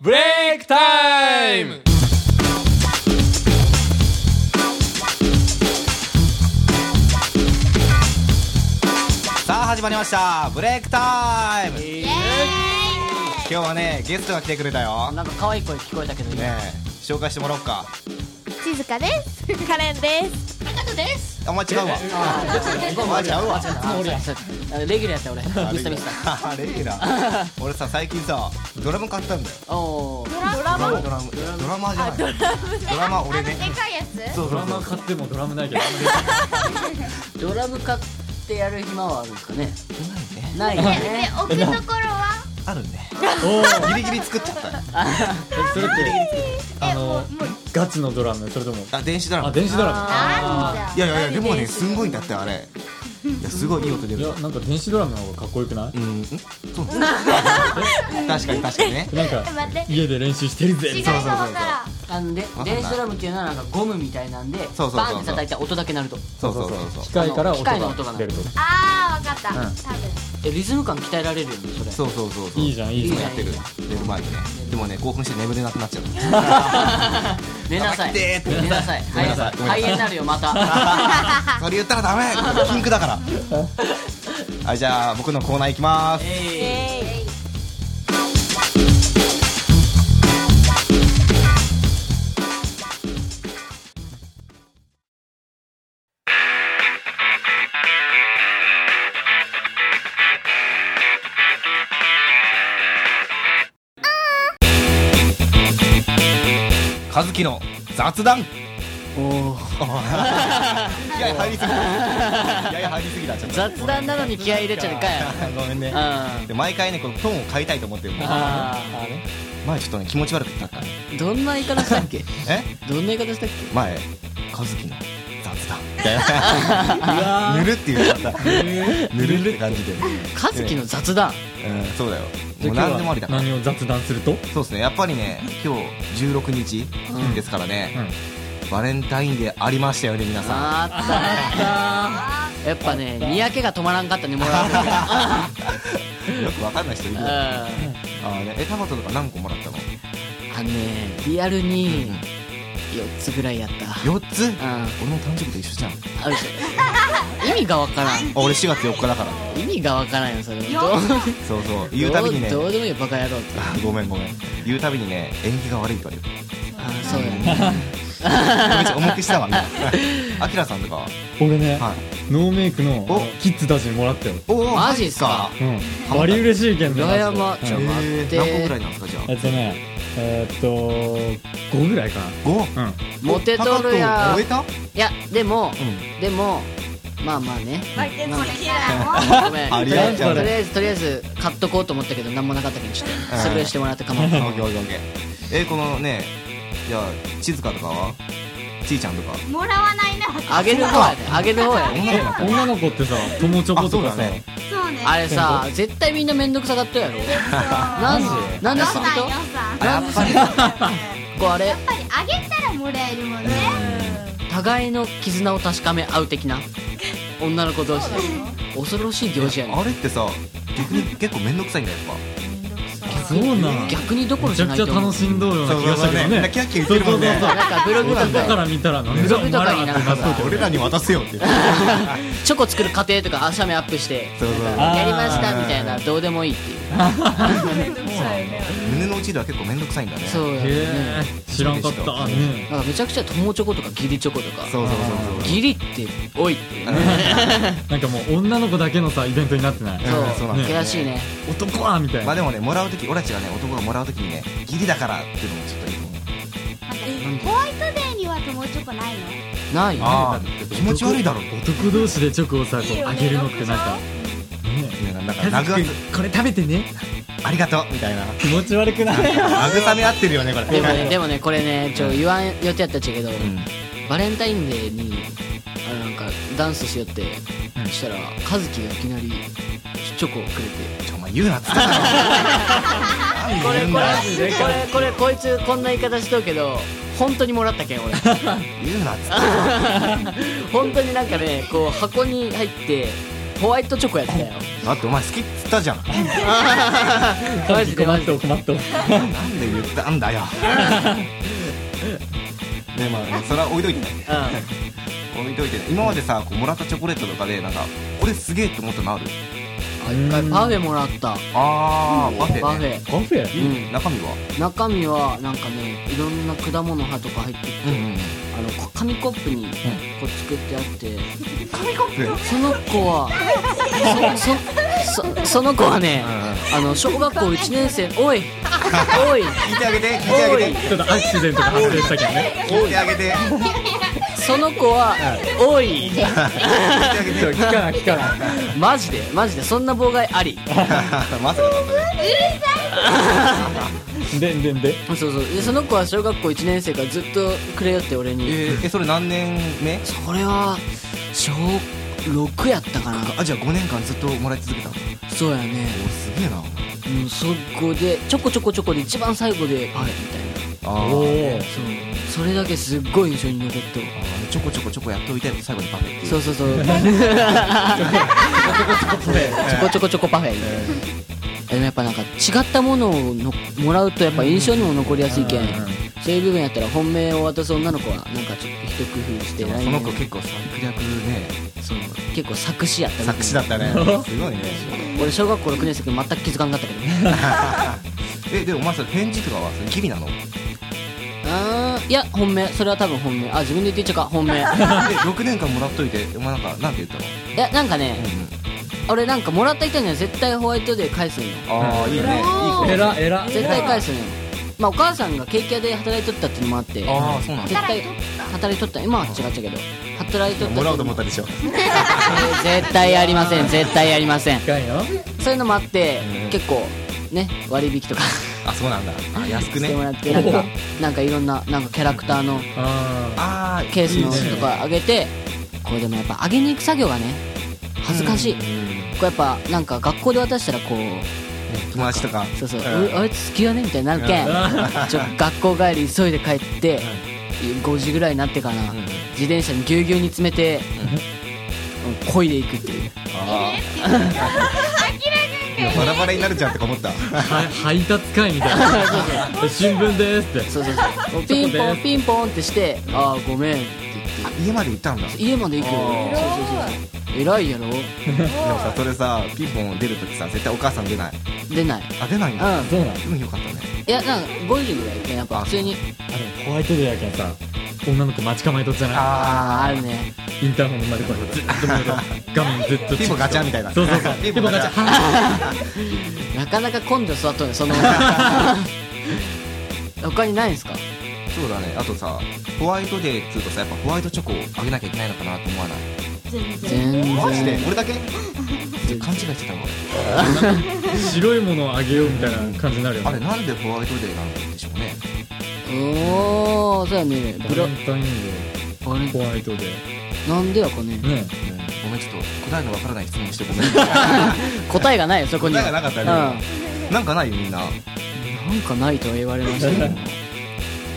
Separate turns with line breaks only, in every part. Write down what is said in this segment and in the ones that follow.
ブレイクタイム
さあ始まりましたブレイクタイム
イ
今日はねゲストが来てくれたよね
なんか可愛い声聞こえたけど、
え紹介してもらおうか
静香です。カレンです。
あお前違うわ
今
間違うわ
もう俺やレギュラーやった俺ミスターミスター
あレギュラー俺さ最近さドラム買ったんだよ
おお
ドラ
ドラムドラムドラマーじゃないドラマ俺ね
でかいやつ。
そう
ド
そう
ラ
そ
マ
う
買ってもドラムないけど
ドラム買ってやる暇はあるんですかね
ないね
ないよ
で、
ね
置くところは。
あるね
おお
ギリギリ作っちゃったよ
それってあの
もうもう
ガチのドラムそれとも
あ電子ドラ
あ
ム
電子ドラ
なんだ。
いやいやいやでもねすんごいんだってあれいやすごいいい音出
ムい
る
やなんか電子ドラムの方がかっこよくない
うんんそう確かに確かにね
なんか
え待って
家で練習してるぜ
違い
み
が
たい
分からん。
あので
わかんない
電子ドラムっていうのはなんかゴムみたいなんで
そうそうそうそう
バンって叩いたら音だけ鳴ると
そうそうそう
な機
そ
械から音
機械の音
が
が
出ると
あー、わかった。
うん
多分。
えリズム感鍛えられるよねそれ
うそうそうそうそう
いいじゃんいい
い
じゃ
つも
ん
やってる寝る前にねでもね興奮して眠れなくなっちゃう
寝なさい
叩きてーって
寝なさい
ごめんなさいごめんなさい
肺炎になるよま た
それ言ったらダメピンクだからはいじゃあ僕のコーナー行きます
え
和樹の雑談
ーお
気合入りすぎた 気合入りすぎたちょっと
雑談なのに気合い入れちゃうかや
ごめんね
あ
で毎回ねこのトーンを変えたいと思ってるんで
あ
前ちょっとね気持ち悪くなったからね
ーどんな言い方したっけ
え
どんな言い方したっ
前和樹の雑談みたいなぬるって言っちゃったぬるって感じで
けカズキの雑談
うんそうだよ
じ
も
ゃ
う
あ今
何で
日
もあ
は
りだから
何を雑談すると
そうですねやっぱりね今日16日ですからね、バレンタインデーありましたよね皆さん
あったねやっぱねにやけが止まらんかったねもらうのが
よくわかんない人いる
う
よ
ん
ね
あ
あーねえタバトとか何個もらったの
のねリアルに4つぐらいやった
4つ
あ
俺の誕生日と一緒じゃんあ
あるじゃん意味がわからん
俺4月4日だからね
意味がわからんよそれどう
そうそう言うたびにね
どうどうでもいいよバカ野郎って
あごめんごめん言うたびにね縁起が悪いとか言う
ああそうだね
めっちゃ重くしたわみんなあきらさんとかは
俺ね
はい
ノーメイクの
お
キッズたちにもらったよ
おお
マジっすか
うんバリ嬉しいけんねマジで
羨まちょ
うん
待って
何個ぐらいなんですかじゃあ
えっとねえーっと5ぐらいか
5
なうん
モテとるや
終えた
いやでも
う
でもまあまあね
これキャ
ごめん
あ
と
り
り
が
あ
と
え
う
ずとりあえずとりあえず買っとこうと思ったけど何もなかったけどちょっとスルーしてもらって構わない
んオッケーオッケーオッケーえこのねじゃあ静香とかはちいちゃんとか
もらわないな。
あげる方やであげる方やで
女の子だった
女の子ってさ友チョコとか
あそう
さ
だね
そうね。
あれさ絶対みんな面倒くさがったやろ なんでなんで
予
そ
算
ん
予
な
算。やっ
やっぱり
こうあれ
ぱりあげたらもらえるもんね。
互いの絆を確かめ合う的な女の子同士で恐ろしい行事やね
あれってさ逆に結構面倒くさいんだよやっ
そうなん
逆にどころ
めち
じゃ
ゃ
な
く
い
ち
と
ゃ
思う
楽しんどうような気がしたけど
そうそうね
ね
キャッキャ言ってるもんね
そうそうそう
なんかブログと
そうなん
だか
か ら
見たらなんだお前らってなったけ
ぱ
ど
俺らに渡せよってそう
チョコ作る過程とか写メアップして
そう
あー
やりましたみたいなどうでもいいっていう
胸の内では結構面倒くさいんだね
そうや
へ
ね
え知らんかったね
なんかめちゃくちゃ友チョコとか義理チョコとか
そうそうそうそう
義理って多いっていうね
なんかもう女の子だけのさイベントになってない
うんそうなんだよね
悔しいね
男はみたい
まあ
な
でもねもらう時俺たちがね男がもらう時にねギリだからっていうのもちょっといいと思う
ホワイトデーには友チョコないの？
ないよね
あー気持ち悪いだろ
男同士でチョコをさこうあげるのってなんかね
なんか
カズ
慰め
くんこれ食べてね
ありがとうみたいな
気持ち悪くない
慰め合ってるよねこれ
でもねでもねこれねちょ言わん予定やったっちゃけど、
うん
バレンタインデーにあのなんかダンスしよって、したら和樹がいきなりチョコをくれて
ちょお前言うなっつっただろ何
これ
言うん
こ
だ
れ
よ
これこれこいつこんな言い方しとうけど本当にもらった けん俺
言うなっつった
本当になんかねこう箱に入ってホワイトチョコやったよ
だってお前好きっつったじゃん
マ
マ
ジ
ジ
で
困
マ
っ
ジで
と困っと
なんで言ったんだよねまあそれは置いといてね
う
置いといてね今までさこうもらったチョコレートとかでなんか俺すげえって思ったのある
ん一回パフェもらった
ああパフェ、ね、
パフェ
パフェ
いいね中身は
中身はなんかねいろんな果物葉とか入ってて、
うん
あのこ紙コップにこう作ってあって、
紙コップ
その子はそそそその子はね、あの小学校1年生おいおい
聞いてあげて聞いてあげて
ちょっとアクシデントが発生したけどね
聞いてあげて
その子はおい
聞いてあげて
聞かな聞かな
マジでマジでそんな妨害あり
まさかだったね
でんでんで
そうそうでその子は小学校1年生からずっとくれよって俺
え
に
ーえそれ何年目
それは小6やったかな
あじゃあ5年間ずっともらい続けたの
そうやね
おすげえな
うんそこでちょこちょこちょこで一番最後でパフェみたいな
あ
おお
ー
そうそれだけすっごい印象に残ってる
あーちょこちょこちょこやっておいて最後にパフェっていう
そうそうそう ちょこちょこちょこパフェみたいなでもやっぱなんか違ったものをのもらうとやっぱ印象にも残りやすいけんそういう部分やったら本命を渡す女の子はなんかちょっと一工夫して
でも
来
その
年
子結構策略ね
そう結構作詞やった
作詞だったねすごいね
俺小学校6年生の時全く気づかんかったけどね
えでもお前それ返事とかはそれギリな ので
あーいや本命それは多分本命あ自分で言っていっちゃうか本命い
6年間もらっといてお前なんかなんて言ったの
やなんかね俺なんかもらった人には絶対ホワイトデー返すんよ
ああいいねいい子
えらえら
絶対返すんよまあお母さんがケーキ屋で働いとったっていうのもあって
ああそうなんだ
絶対働いとった今は違ったけど働いとった
もらおうと思ったでしょ
絶対やりま せん絶対やりません
いかんよ
そういうのもあって
うん
結構ね割引とか
あそうなんだあ安く
してもら
ね
ってなんかなんかいろんななんかキャラクターの
あ
ああ
ケースの
いいね
とかあげてこれでもやっぱ上げに行く作業がね恥ずかしい、これやっぱなんか学校で渡したらこう
友達とか
そうそう、
ん
うあいつ好きやねみたいになるけん、ちょ学校帰り急いで帰って、5時ぐらいになってかな、
うん
自転車にぎゅうぎゅうに詰めて、こいでいくっていう
ああ バラバラになるじゃんとか思った
あ配達会みたいな新聞ですって
そうそうそうピンポンピンポンってして「ああごめん」って言
あ
っ
家まで行ったんだ
て家まで行くよ
あ
そうそうそう偉いやろ
でもさそれさピンポン出るときさ絶対お母さん出ない
出ない
あ出ないん
うん
だ
そうなんあ
運よかったね
いやなんか5時ぐらいやけんやっぱ普通に
れホワイトデーやけんさ女の子待ち構えとっちゃない
ああ
あ
あるね
インターホンまでこうやってずっと見ると画面ずっと
ピンポンガチャみたいな
そうそうそう
ピンポンガチャ
なかなか根性座っとるねその他にないんすか
そうだねあとさホワイトデーっつうとさやっぱホワイトチョコをあげなきゃいけないのかなと思わない
全然
全然
マジで俺だ け勘違いしてたの
白いものをあげようみたいな感じになるよ
あ
ね
れなんでホワイトデーなんでしょうね
おおそうやねブ
バ
ラ
レンタイン
あ
デーホ
れ
ワイトデ
なんでやかね
ーね
うんごめんちょっと答えのわからない質問してごめん
答えがないよそこに
答えがなかったよ
ね
ねなんかないよみんな
なんかないとは言われましたけど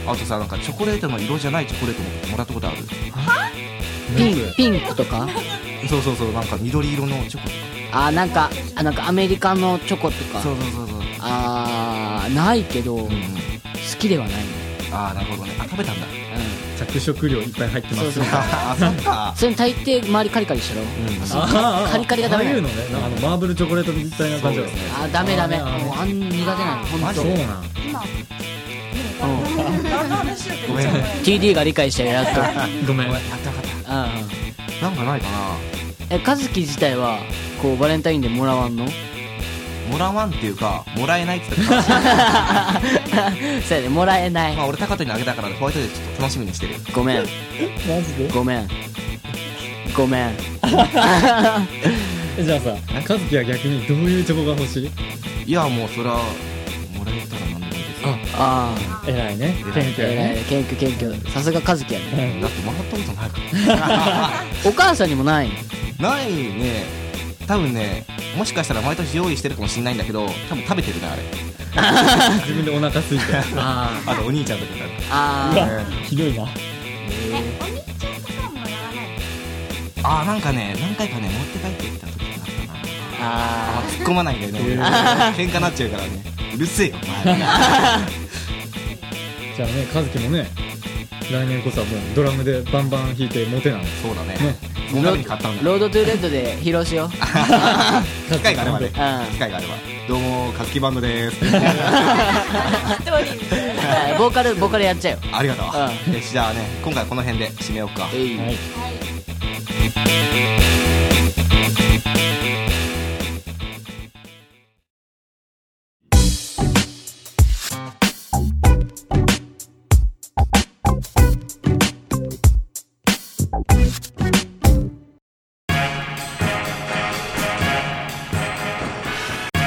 あとさなんかチョコレートの色じゃないチョコレートももらったことある
ピ
なん
ン
で
ピンクとか
そうそうそうなんか緑色のチョコと
あーなんかあなんかアメリカのチョコと
か
か
そうそうそうそう
あーないけど、
うんう
好
ん
きではないね
ああなるほどねあ食べたんだ
着色料いっぱい入ってま
そう
す
そう
あそっか
それに大抵周りカリカリしたろ、
ん
そう
あーあーあー
カリカリがダメ
あ
な
あい
の
うのねあのマーブルチョコレートみたいな感じだよ
そうですね
あーダメダメ
あー
もうあん苦手なの
マ
本
ジ
当
そうなん
今ね
ごめんや
TD が理解してやっと
ごめん
ったわかっ
うんうん
たなんかないかな
え和樹自体はこうバレンタインでもらわんの
もらわんっていうかもらえないって言ったから
そうやねもら えない
まあ俺高田にあげたからホワイトデーちょっと楽しみにしてるよ
ごめん
マジで
ごめんごめん
じゃあさ和樹は逆にどういうチョコが欲しい
いやもうそれはもらえたら何でもいいですよ
あ
あ
偉いね謙
あ
虚や
偉
ね
い謙虚謙虚さすが和樹やね
だってもらったことないか
お母さんにもない
ら ないね多分ねもしかしたら毎年用意してるかもしれないんだけど多分食べてるねあれ
自分でお腹空いてあ
あとお兄ちゃんとかだね
ああ
あひどいな
えお兄ちゃんとかもらわない
あーなんかね何回かね持って帰ってきた時があ
あ
突っ込まないんだよね
うん
喧嘩なっちゃうからねうるせえよお前
じゃあね和樹もね来年こそはもうドラムでバンバン弾いてモテなの
そうだね
ね
そのために買ったんだ
ロードトゥーレッドで披露しよう
和
機
樹
会があればね
うん
機会があればどうも活気バンドです
一人みたいな
はいボーカルボーカルやっちゃうよ
ありがと
う
うよしじゃあね今回はこの辺で締めようか
えい
はい
はい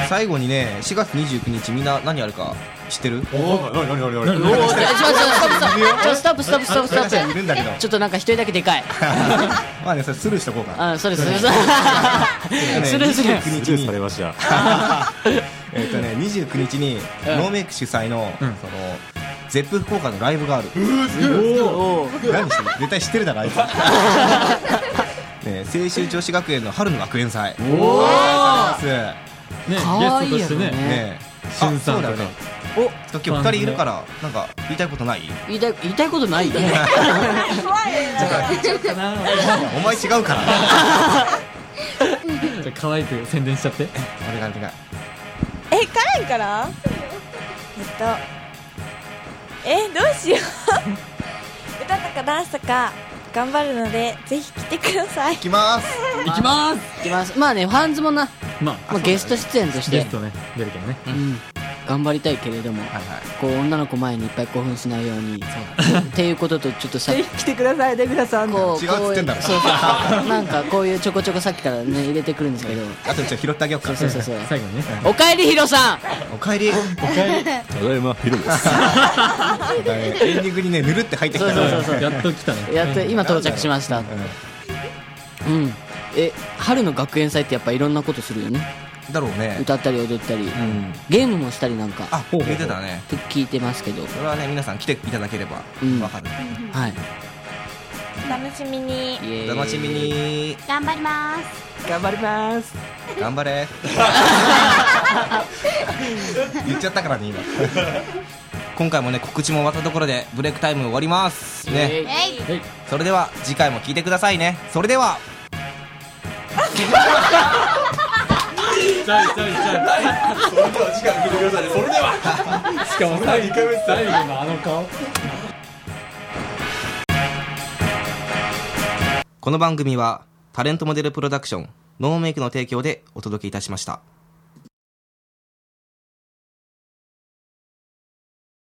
最後にね4月29日みんな何やるか知ってる
おお
何何何
何
おおちょちょちょストップストップストップストップスト
い
ッ
るんだけ ど
プちょっとなんか一人だけでかい
まあねそれスルーしとこうかな
うんそうですそうですスルースルー
29日に れましたえっとね29日にノーメイク主催のそ
うん
のゼップ福岡のライブがある
おお
何してる絶対知ってるだろあいつね青春女子学園の春の学園祭お
おお
ありがとうございま
ねゲ
かわい
ストとし
いや
て
ろ
す
ね
ね
ねえ
しゅんさん
あ
と
そうだよ
か
ね
お
今日2人いるからなんか言いたいことない
言いたい言いたいこ とないよ
怖い
お前違うから
じゃあ可愛く宣伝しちゃって
俺が俺が
えカレンからえっとえどうしよ う歌とかダンスとか頑張るのでぜひ来てください
行きます
いきます
いきますまあねファンズもな
まあ
まあゲスト出演とし
ゲ
て
ストね出るけどね
うん頑張りたいけれども
はいはい
こう女の子前にいっぱい興奮しないようにっていうこととちょっとさ
ぜひ来てくださいね皆さん
こう
違うっつってんだろ
こういうそうそうなんかこういうちょこちょこさっきからね入れてくるんですけど
あとちょっと拾ってあげようか
そうそうそう
最後にね
おかえりヒロさん
おかえり
おかえり
ただいまヒロです
エンディングにねぬるって入ってきた
そうそう
やっと来たね
やっと今到着しましたうんえ春の学園祭ってやっぱいろんなことするよね
うんだろうね
歌ったり踊ったり
うん
ゲームもしたりなんか
あ言ってたね
って聞いてますけど
それはね皆さん来ていただければ
うん
わかる
はい
楽しみに
イエーイ
お楽しみに
頑張ります
頑張ります
頑張れ言っちゃったからね今 今回もね告知も終わったところでブレイクタイム終わります
イエ
ね
ーイ
えい
それでは次回も聞いてくださいねそれでは
ちゃいちゃいちゃいそれでは次回聞いてくださいねそれではしかも最後最後のあの顔
この番組はタレントモデルプロダクションノーメイクの提供でお届けいたしました